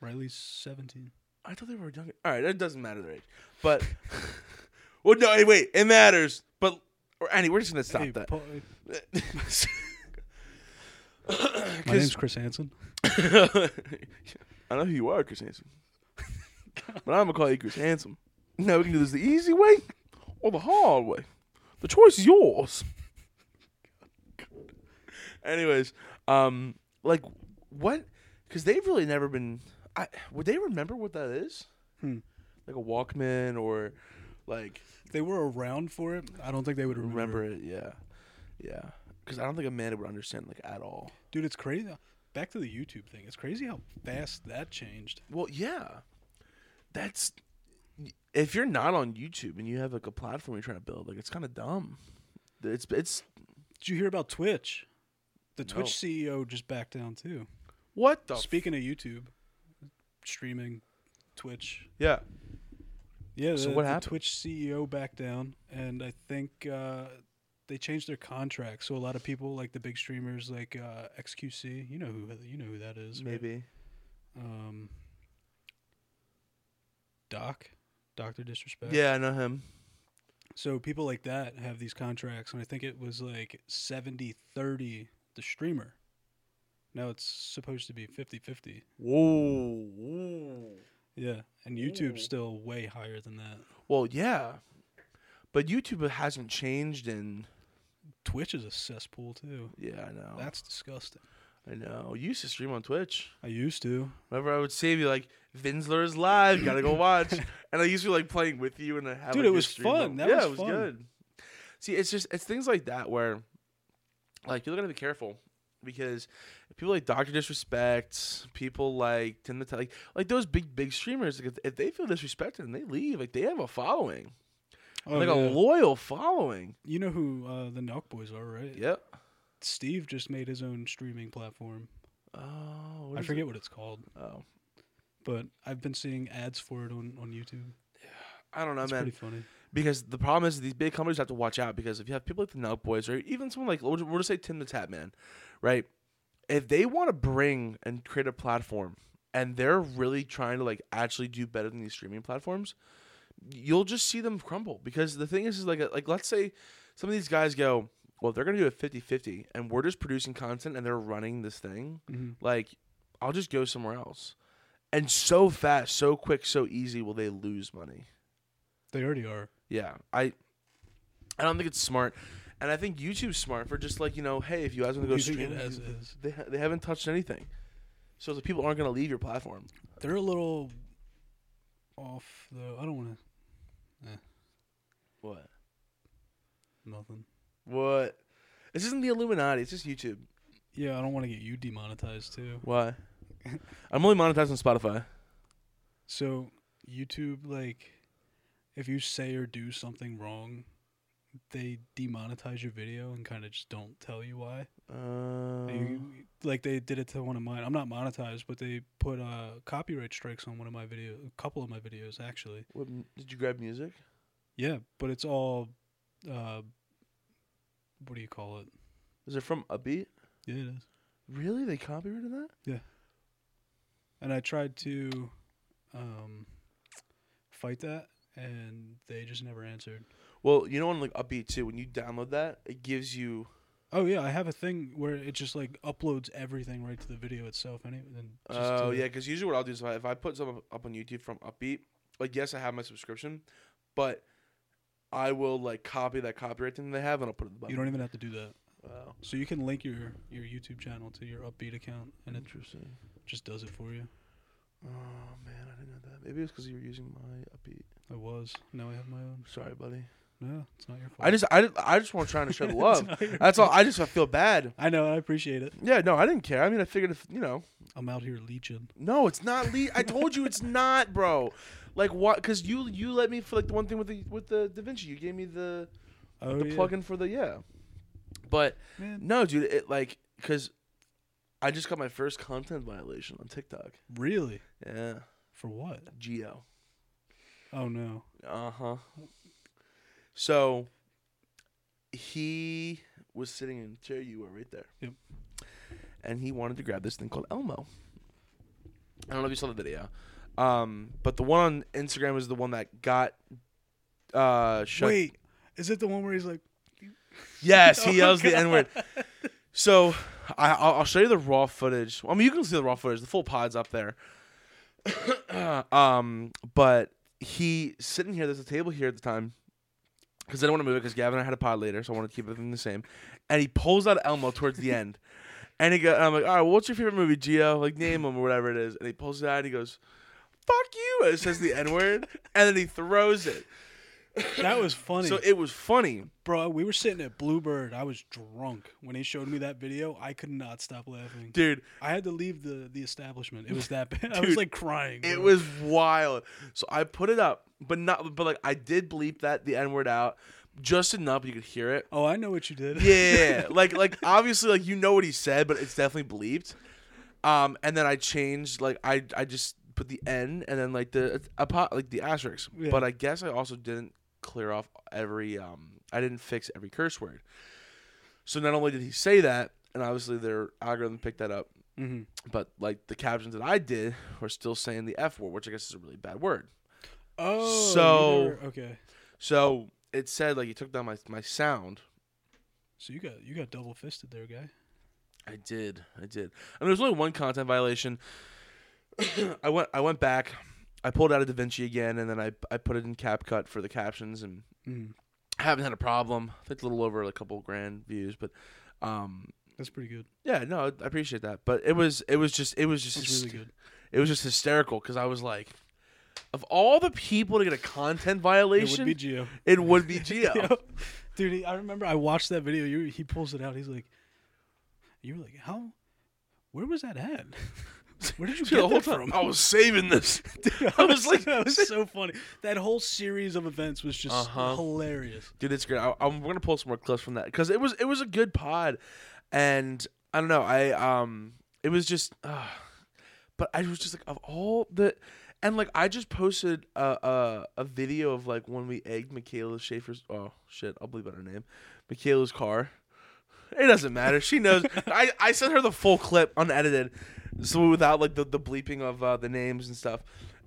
Riley's 17. I thought they were younger. All right, it doesn't matter their age, but well, no, hey, wait, it matters. But or Annie, we're just gonna stop Hey, that. Paul- my 'Cause- name's Chris Hansen. I know who you are, Chris Handsome, but I'm gonna call you Chris Handsome. Now we can do this the easy way or the hard way. The choice is yours. Anyways, um, like what? Because they've really never been. I would they remember what that is? Hmm. Like a Walkman or like They were around for it. I don't think they would remember. remember it? Yeah, yeah. Because I don't think Amanda would understand like at all. Dude, it's crazy. Back to the YouTube thing. It's crazy how fast that changed. Well, yeah. That's if you're not on YouTube and you have like a platform you're trying to build, like it's kind of dumb. It's it's Did you hear about Twitch? The No. Twitch CEO just backed down too. what the Speaking of YouTube, streaming, Twitch. yeah. Yeah, So the, what the happened? Twitch CEO backed down, and I think uh, they changed their contract. So a lot of people, like the big streamers, like uh, XQC, you know who you know who that is. right? Maybe Um, Doc, Doctor Disrespect. yeah, I know him. So people like that have these contracts, and I think it was like 70 30 the streamer. Now it's supposed to be 50 50. Whoa, whoa. Yeah. And YouTube's Ooh. still way higher than that. Well, yeah, but YouTube hasn't changed in. Twitch is a cesspool, too. Yeah, I know. That's disgusting. I know. You used to stream on Twitch. I used to. Whenever I would save you, like Vinsler is live, gotta go watch. and I used to like playing with you, and I have. Dude, like, it your was stream fun. going. That yeah, was it was fun. good. See, it's just it's things like that where, like, you're gonna be careful because people like Doctor Disrespect, people like tend to tell- like like those big big streamers. Like, if, if they feel disrespected and they leave, like they have a following, Oh, like yeah. a loyal following. you know who uh, the Nelk Boys are, right? Yep. Steve just made his own streaming platform. Oh, what I is it? forget what it's called, Oh, but I've been seeing ads for it on, on YouTube. I don't know, It's man. pretty funny. Because the problem is these big companies have to watch out because if you have people like the Nut Boys or even someone like we'll we'll just say Tim the Tap Man, right? If they want to bring and create a platform and they're really trying to like actually do better than these streaming platforms, you'll just see them crumble. Because the thing is, is like like let's say some of these guys go, well, if they're gonna do a 50-50 and we're just producing content and they're running this thing, Mhm. like I'll just go somewhere else. And so fast, so quick, so easy will they lose money. They already are. Yeah, I I don't think it's smart, and I think YouTube's smart for just like you know, hey, if you guys want to go Using it stream, as is. they ha- they haven't touched anything, so the people aren't gonna leave your platform. They're a little off though. I don't want What? to nothing. What? This isn't the Illuminati. It's just YouTube. Yeah, I don't want to get you demonetized too. Why? I'm only monetized on Spotify. So YouTube, like, if you say or do something wrong, they demonetize your video and kind of just don't tell you why. Um, You- like they did it to one of mine. I'm not monetized, but they put uh, copyright strikes on one of my video, a couple of my videos actually. what, m- did you grab music? Yeah, but it's all, uh, what do you call it? Is it from Upbeat? Yeah, it is. Really? They copyrighted that? and I tried to um, fight that, and they just never answered. Well, you know on like Upbeat too, when you download that, it gives you Oh yeah, I have a thing where it just like uploads everything right to the video itself. Any and just Oh to- yeah, because usually what I'll do is if I, if I put something up on YouTube from Upbeat, like yes, I have my subscription, but I will like copy that copyright thing they have and I'll put it in the button. you don't even have to do that. Wow, So you can link your your YouTube channel to your Upbeat account, and it interesting. just does it for you. Oh man, I didn't know that. Maybe it's because you were using my Upbeat. I was now I have my own. Sorry, buddy. No, it's not your fault. I just I just, I just want to try to show It's love. not your That's all. fault. I just I feel bad. I know. I appreciate it. Yeah, no, I didn't care. I mean, I figured if you know, I'm out here leeching. no, it's not. Le- I told you it's not, bro. Like what? Because you you let me for like the one thing with the with the Da Vinci. You gave me the Oh the yeah, plugin for the yeah. But man. no, dude, it like because I just got my first content violation on TikTok. Really? Yeah, For what? Geo. Oh no. Uh Uh-huh. huh. So he was sitting in the chair you were right there. Yep. And he wanted to grab this thing called Elmo. I don't know if you saw the video, um, but the one on Instagram was the one that got uh, shut. Wait, is it the one where he's like? Yes, he Oh, yells the N word. So I, I'll, I'll show you the raw footage. I mean, you can see the raw footage. The full pod's up there. um, but he sitting here. There's a table here at the time because I didn't want to move it because Gavin and I had a pod later, so I wanted to keep everything the same. And he pulls out Elmo towards the end, and he go. And I'm like, all right, well, what's your favorite movie, Geo? Like name them or whatever it is. And he pulls it out and he goes, "Fuck you!" And it says the N word, and then he throws it. That was funny. So it was funny. Bro, we were sitting at Bluebird. I was drunk when he showed me that video. I could not stop laughing. Dude, I had to leave the, the establishment. It was that bad. I Dude, was like crying. It bro. was wild. So I put it up, but not. But like I did bleep that the N word out just enough you could hear it. Oh, I know what you did. Yeah, like like obviously like you know what he said, but it's definitely bleeped. Um, and then I changed like I I just put the N and then like the uh, apo- like the asterisk. Yeah. But I guess I also didn't clear off every um I didn't fix every curse word. So not only did he say that, and obviously their algorithm picked that up, Mhm. but like the captions that I did were still saying the F word, which I guess is a really bad word. Oh, you So- were- okay. So it said like it took down my my sound. So you got you got double fisted there, guy. I did. I did. I mean, there's only one content violation. I went. I went back. I pulled out of DaVinci again, and then I I put it in CapCut for the captions, and Mm, I haven't had a problem. I think a little over a couple grand views, but um, that's pretty good. yeah, no, I appreciate that. But it was it was just it was just That's really good. it was just hysterical because I was like, of all the people to get a content It would violation, be Geo. Geo. Yep. Dude, he- I remember I watched that video. You, he pulls it out. He's like, "You were like, how? Where was that at? Where did you Dude, get the whole that time from?" I was saving this. Dude, I was like- that was so funny. That whole series of events was just Uh-huh. hilarious. Dude, it's great. I, I'm we're gonna pull some more clips from that because it was it was a good pod, and I don't know. I um, it was just, uh, but I was just like of all the, and like I just posted a a, a video of like when we egged Michaela Schaefer's. Oh shit, I'll believe out her name, Michaela's car. It doesn't matter. She knows. I, I sent her the full clip unedited, so without like the, the bleeping of uh, the names and stuff.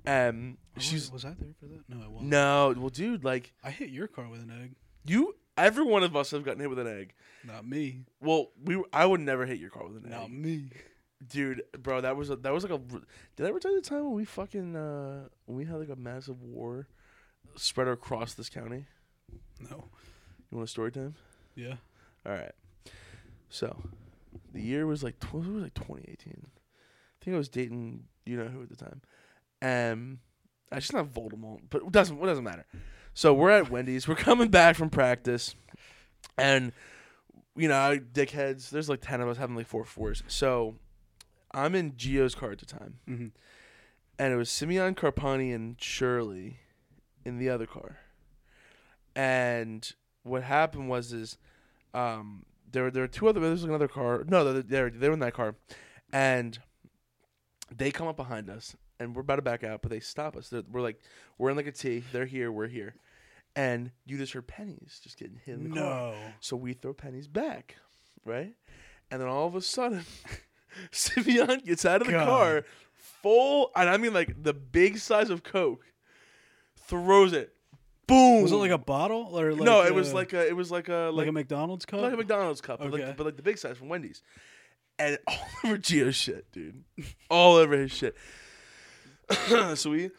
And she's She's was I there for that? No, I wasn't. no, well, dude, like I hit your car with an egg, you, every one of us have gotten hit with an egg. not me. Well, we were- I would never hit your car with an Not egg, me. dude, bro. That was a, that was like a. Did I ever tell you the time when we fucking uh when we had like a massive war spread across this county? No. You want a story time? Yeah. All right. So, the year was like tw- it was like 2018. I think I was dating you know who at the time. Um, I she's not Voldemort, but it doesn't it doesn't matter. So we're at Wendy's. We're coming back from practice, and you know, dickheads. There's like ten of us having like four fours. So I'm in Gio's car at the time, Mhm. and it was Simeon Carpani and Shirley in the other car. And what happened was is um there were- there were two other there's like another car no they they were, they were in that car and they come up behind us and we're about to back out but they stop us They're, we're like we're in like a T they're here we're here and you just heard pennies just getting hit in the car No. so we throw pennies back, right? And then all of a sudden, Simeon gets out of the God. car, full, and I mean like the big size of Coke, throws it, boom. Was it like a bottle or like no? It was a- like a. It was like a like like, a McDonald's cup? like a McDonald's cup, but, Okay. like, but like the big size from Wendy's, and all over Gio's shit, dude, all over his shit. so we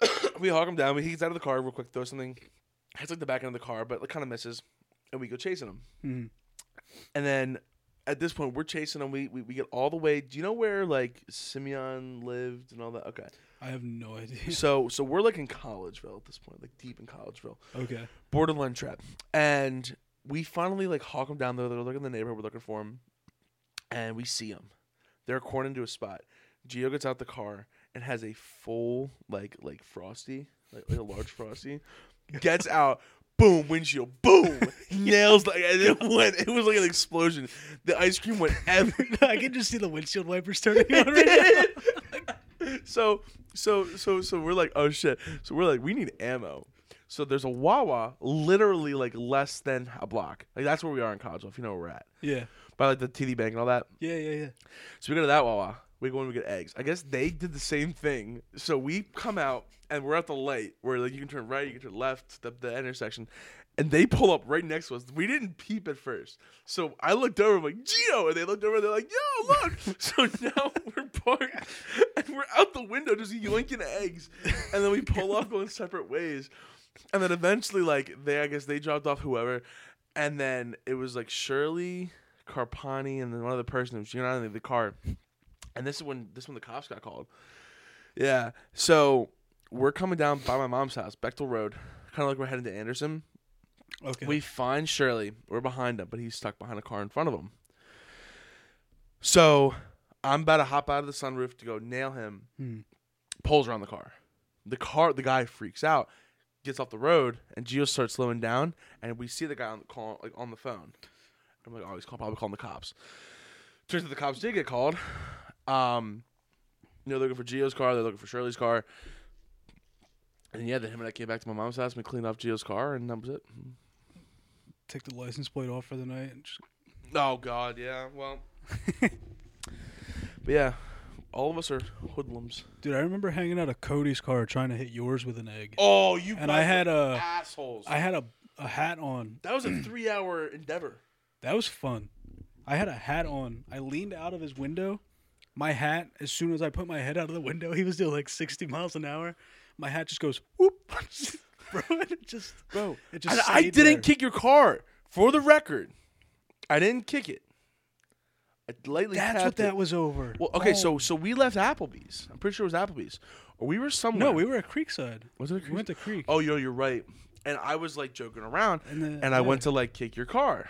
we hog him down. He gets out of the car real quick, throws something, hits like the back end of the car, but like kind of misses, and we go chasing him. Mhm. And then at this point, we're chasing them. We, we we get all the way. Do you know where like Simeon lived and all that? Okay. I have no idea. So so we're like in Collegeville at this point, like deep in Collegeville, Okay. borderline trap. And we finally like hawk them down there. They're looking in the neighborhood. We're looking for them, and we see them. They're cornered into a spot. Geo gets out the car and has a full like like frosty, like, like a large frosty. Gets out. Boom, windshield, boom, nails like and it went. It was like an explosion. The ice cream went everywhere. I can just see the windshield wipers turning on right now. did. so so so so we're like oh shit so we're like we need ammo so there's a wawa literally like less than a block like that's where we are in college if you know where we're at Yeah. by like the td bank and all that Yeah, yeah, yeah. so we go to that wawa we go and we get eggs i guess they did the same thing so we come out and we're at the light where like you can turn right you can turn left the, the intersection and they pull up right next to us. We didn't peep at first. So I looked over, I'm like, Geo. And they looked over, they're like, yo, look. so now we're parked and we're out the window just yoinking eggs. And then we pull off going separate ways. And then eventually, like, they, I guess they dropped off whoever. And then it was like Shirley, Carpani, and then one other person who was you know, in the car. And this is when this is when the cops got called. Yeah. So we're coming down by my mom's house, Bechtel Road, kind of like we're heading to Anderson. Okay. We find Shirley. We're behind him, but he's stuck behind a car in front of him. So I'm about to hop out of the sunroof to go nail him. Hmm. Pulls around the car. The car, the guy freaks out, gets off the road, and Geo starts slowing down. And we see the guy on the call, like on the phone. I'm like, oh, he's call, probably calling the cops. Turns out the cops did get called. Um, you know, they're looking for Geo's car. They're looking for Shirley's car. And yeah, then him and I came back to my mom's house. and We cleaned off Geo's car, and that was it. Take the license plate off for the night. And just, Oh God, yeah. Well, but yeah, all of us are hoodlums. dude, I remember hanging out of Cody's car trying to hit yours with an egg. Oh, you And I had a- assholes. I had a a hat on. That was a three-hour endeavor. That was fun. I had a hat on. I leaned out of his window. My hat, as soon as I put my head out of the window, he was doing like 60 miles an hour. My hat just goes whoop, bro. and It just, Bro, it I, just. I stayed didn't there. kick your car. For the record, I didn't kick it. I lightly That's what tapped that it. was over. Well, okay, so Oh. so we left Applebee's. I'm pretty sure it was Applebee's, or we were somewhere. no, we were at Creekside. Was it a We went to Creek. Oh, yo, you're right. And I was like joking around, And and, then- I went to like kick your car,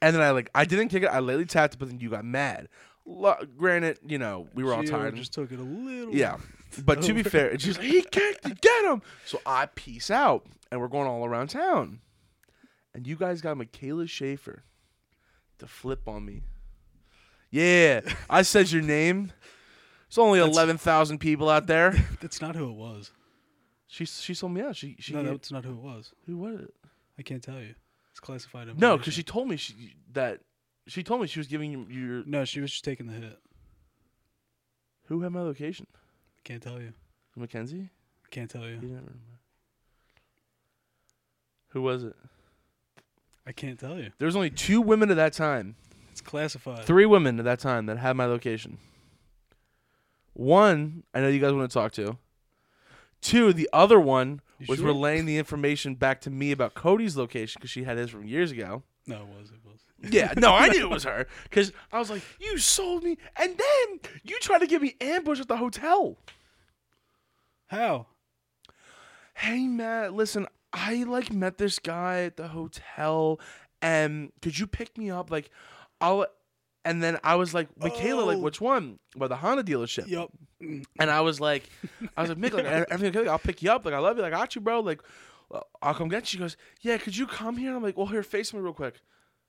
and then I like I didn't kick it. I lightly tapped it, but then you got mad. Lo- granted, you know we were all Gio tired. Just took it a little. Oh, yeah, but to be over. fair, it's just he kicked it, get him. So I peace out, and we're going all around town, and you guys got Michaela Schaefer to flip on me. Yeah, I said your name. It's only eleven thousand people out there. That's not who it was. She she sold me out. She she No, that's not who it was. who was it? I can't tell you. It's classified. No, because she information. told me she that she told me she was giving you your No, she was just taking the hit. who had my location. Can't tell you. Mackenzie. Can't tell You you. didn't remember. Who was it? I can't tell you. There was only two women at that time. It's classified. Three women at that time that had my location. One, I know you guys want to talk to. Two, the other one You was sure? relaying the information back to me about Cody's location because she had his from years ago. No, it was. It was. Yeah, no, I knew it was her because I was like, "You sold me," and then you tried to give me ambush at the hotel. How? Hey, Matt, listen, I like met this guy at the hotel, and could you pick me up? Like, I'll. And then I was like, Michaela, like Oh. which one? By the Honda dealership. Yup. And I was like, I was like, Mick, like, e-, everything okay? I'll pick you up. Like, I love you. Like, I got you, bro. Like, I'll come get you. She goes, Yeah, could you come here? And I'm like, Well, here, face me real quick.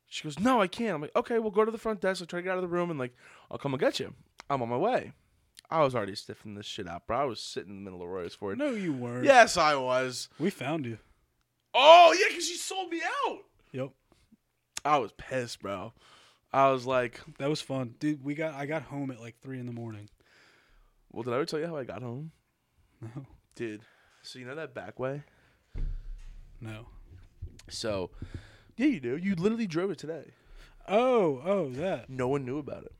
She goes, No, I can't. I'm like, Okay, we'll go to the front desk. I'll try to get out of the room and, like, I'll come and get you. I'm on my way. I was already stiffing this shit out, bro. I was sitting in the middle of Roseford. No, you weren't. Yes, I was. We found you. Oh, yeah, because she sold me out. Yep. I was pissed, bro. I was like, That was fun, dude. We got. I got home at like three in the morning. Well, did I ever tell you how I got home? No. Dude. So, you know that back way? No. So, yeah, you do. You literally drove it today. Oh. Oh. That. No one knew about it.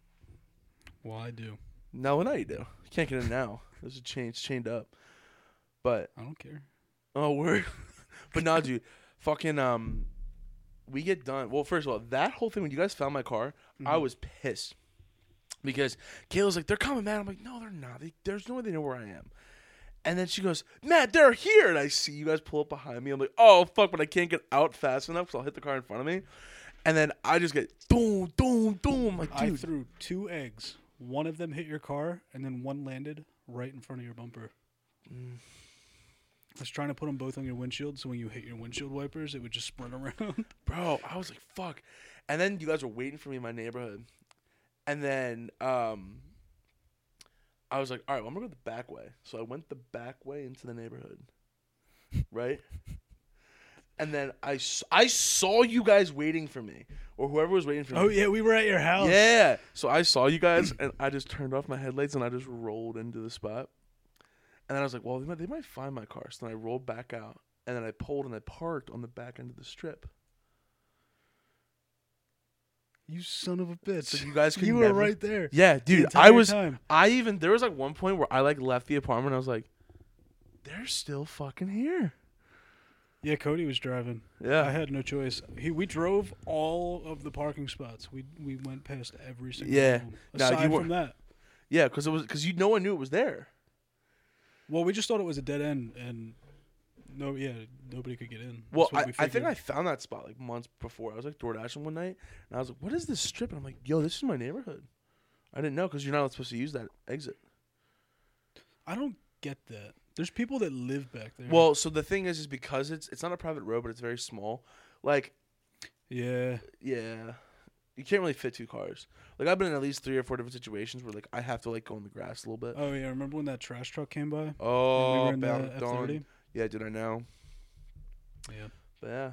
Well, I do. No, well, now you do. You can't get in now. There's a chain, it's chained up. But I don't care. oh, word. but nah, dude. Fucking um, we get done. Well, first of all, that whole thing when you guys found my car, I was pissed because Kayla's like, "They're coming, man." I'm like, "No, they're not. They, there's no way they know where I am." And then she goes, "Matt, they're here!" And I see you guys pull up behind me. I'm like, "Oh fuck!" But I can't get out fast enough, so I'll hit the car in front of me. And then I just get doom, doom, doom. I'm like, I dude, threw two eggs. One of them hit your car, and then one landed right in front of your bumper. Mm. I was trying to put them both on your windshield, so when you hit your windshield wipers, it would just spread around. bro i was like fuck and then you guys were waiting for me in my neighborhood and then um i was like all right well, i'm gonna go the back way so i went the back way into the neighborhood right and then i s- I saw you guys waiting for me or whoever was waiting for me oh yeah, we were at your house. yeah so i saw you guys and i just turned off my headlights and i just rolled into the spot and then i was like well they might, they might find my car so then i rolled back out and then i pulled and i parked on the back end of the strip You son of a So bitch. you guys could you never- were right there. Yeah, the dude, I entire was. time. I even there was like one point where I like left the apartment. I was like, they're still fucking here. Yeah, Cody was driving. I Yeah, had no choice. He, we drove all of the parking spots. We we went past every single Yeah. one. No, you Aside were- from that, yeah, because it was because you no one knew it was there. well, we just thought it was a dead end, and no, yeah, nobody could get in. That's Well, what I, I we think figured. I found that spot like months before. I was like DoorDashing one night, and I was like, "What is this strip?" And I'm like, "Yo, this is my neighborhood." I didn't know because you're not supposed to use that exit. I don't get that. There's people that live back there. Well, so the thing is, is because it's it's not a private road, but it's very small. Like, yeah, yeah, you can't really fit two cars. Like, I've been in at least three or four different situations where like I have to like go in the grass a little bit. Oh yeah, remember when that trash truck came by? and we Oh, were in the Bound Dawn. F30? Yeah, did I know? Yeah. But yeah,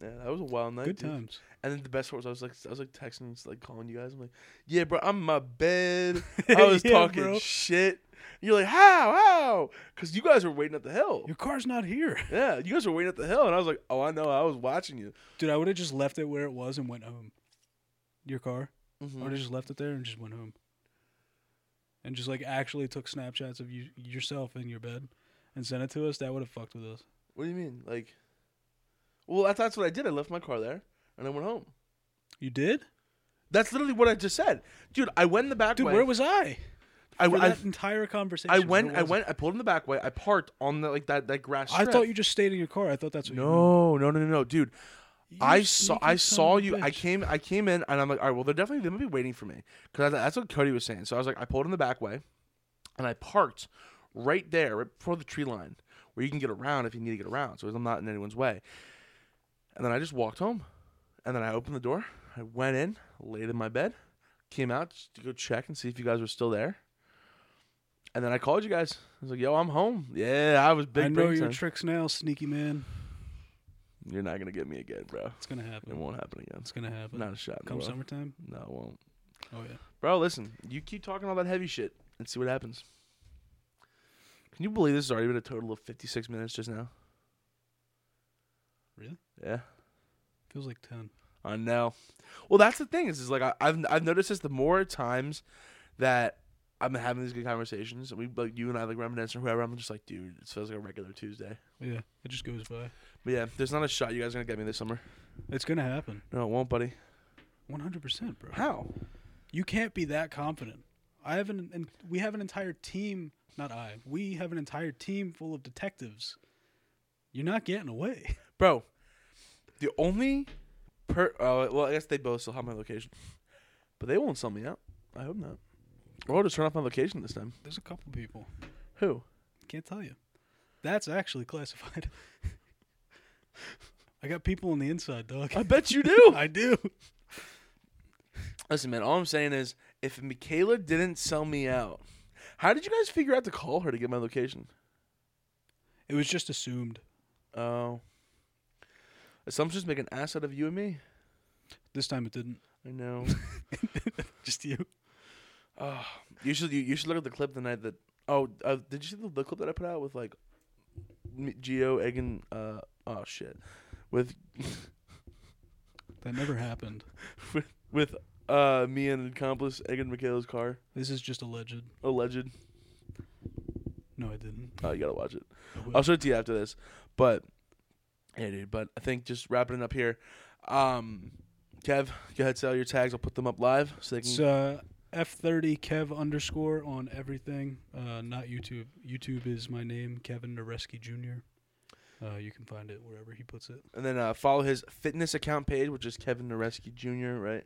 yeah, that was a wild night. Good dude. times. And then the best part was I was like, I was like texting, like calling you guys. I'm like, yeah, bro, I'm in my bed. I was Yeah, talking bro. shit. You're like, how, how? Because you guys were waiting at the hill. Your car's not here. Yeah, you guys were waiting at the hill, and I was like, oh, I know, I was watching you. Dude, I would have just left it where it was and went home. Your car? I would Mhm. have just left it there and just went home. And just like actually took Snapchats of you yourself in your bed and sent it to us. That would have fucked with us. What do you mean, like? Well, that's, that's what I did. I left my car there, and I went home. You did? That's literally what I just said, dude. I went in the back Dude, way. where was I? I, For I- that entire conversation. I where went. I was went. I pulled in the back way. I parked on the like that that grass. I Strip. thought you just stayed in your car. I thought that's what you No, no, no, no, no, dude. You I saw. sneaky I son saw of a you. I bitch. came. I came in, and I'm like, all right. Well, they're definitely they might be waiting for me because that's what Cody was saying. So I was like, I pulled in the back way, and I parked right there, right before the tree line, where you can get around if you need to get around. So I'm not in anyone's way. And then I just walked home, and then I opened the door. I went in, laid in my bed, came out just to go check and see if you guys were still there. And then I called you guys. I was like, "Yo, I'm home." Yeah, I was big. I know brain your time. tricks now, sneaky man. You're not gonna get me again, bro. It's gonna happen. It won't happen again. It's gonna happen. Not a shot. In the Come world. summertime. No, it won't. Oh yeah. Bro, listen. You keep talking all that heavy shit and see what happens. Can you believe this has already been a total of 56 minutes just now? Really? Yeah. Feels like ten. I know. Well, that's the thing is, is like I, I've I've noticed this the more times that I've been having these good conversations and we like you and I like reminisce or whoever. I'm just like, dude, it feels like a regular Tuesday. Yeah. It just goes by. But yeah, there's not a shot you guys are gonna get me this summer. It's gonna happen. No, it won't, buddy. One hundred percent, bro. How? You can't be that confident. I have an and we have an entire team. Not I. We have an entire team full of detectives. You're not getting away. Bro, the only per uh, well, I guess they both still have my location, but they won't sell me out. I hope not. Or I'll just turn off my location this time. There's a couple people. Who? Can't tell you. That's actually classified. I got people on the inside, dog. I bet you do. I do. Listen, man. All I'm saying is, if Michaela didn't sell me out, how did you guys figure out to call her to get my location? It was just assumed. Oh, assumptions make an ass out of you and me. This time it didn't. I know. Just you. oh, you should you, you should look at the clip the night that. Oh, uh, did you see the, the clip that I put out with like me- Geo Egan? Uh, oh shit, with That never happened. with uh me and accomplice Egan Michaela's car. This is just alleged. Alleged. No, I didn't. Oh, you gotta watch it. I will. I'll show it to you after this. But yeah, dude. But I think just wrapping it up here. Um, Kev, go ahead, sell your tags. I'll put them up live so they can. It's uh, F30 Kev underscore on everything. Uh, not YouTube. YouTube is my name, Kevin Noreski Jr. Uh, you can find it wherever he puts it. and then uh, follow his fitness account page, which is Kevin Noreski Jr. Right?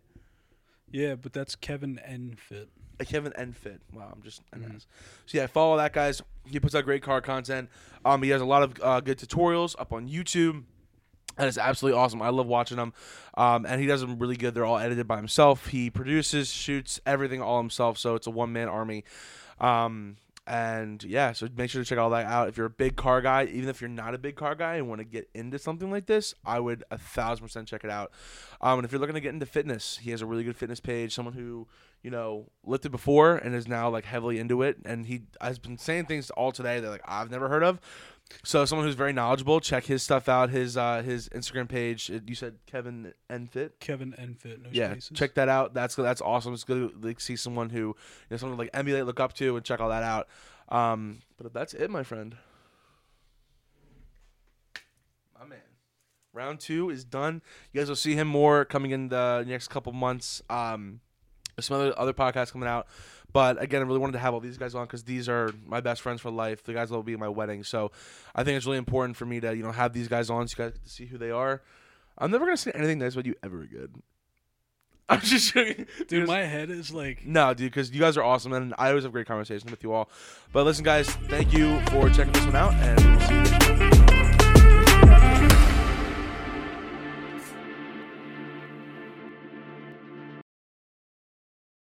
Yeah, but that's Kevin N Fit. Uh, Kevin Enfit. Wow, I'm just an Mhm. ass. So yeah, follow that guys. He puts out great car content. Um, he has a lot of uh, good tutorials up on YouTube. That is absolutely awesome. I love watching them. Um, and he does them really good. They're all edited by himself. He produces, shoots everything all himself. So it's a one man army. Um, and yeah, so make sure to check all that out. If you're a big car guy, even if you're not a big car guy and want to get into something like this, I would a thousand percent check it out. Um, and if you're looking to get into fitness, he has a really good fitness page. Someone who you know lifted before and is now like heavily into it, and he has been saying things all today that like I've never heard of. So someone who's very knowledgeable, check his stuff out. His uh, his Instagram page. It- You said Kevin Enfit Kevin N Fit. No yeah, spaces. check that out. That's that's awesome. It's good to like see someone who you know someone to, like emulate, look up to, and check all that out. Um, but that's it, my friend. My man. Round two is done. You guys will see him more coming in the next couple months. Um, there's some other other podcasts coming out. But again, I really wanted to have all these guys on because these are my best friends for life. The guys that will be at my wedding, so I think it's really important for me to you know have these guys on so you guys get to see who they are. I'm never gonna say anything nice about you ever again. I'm just joking. Dude, my head is like. No, dude, because you guys are awesome, and I always have great conversations with you all. But listen, guys, thank you for checking this one out, and we'll see you next time.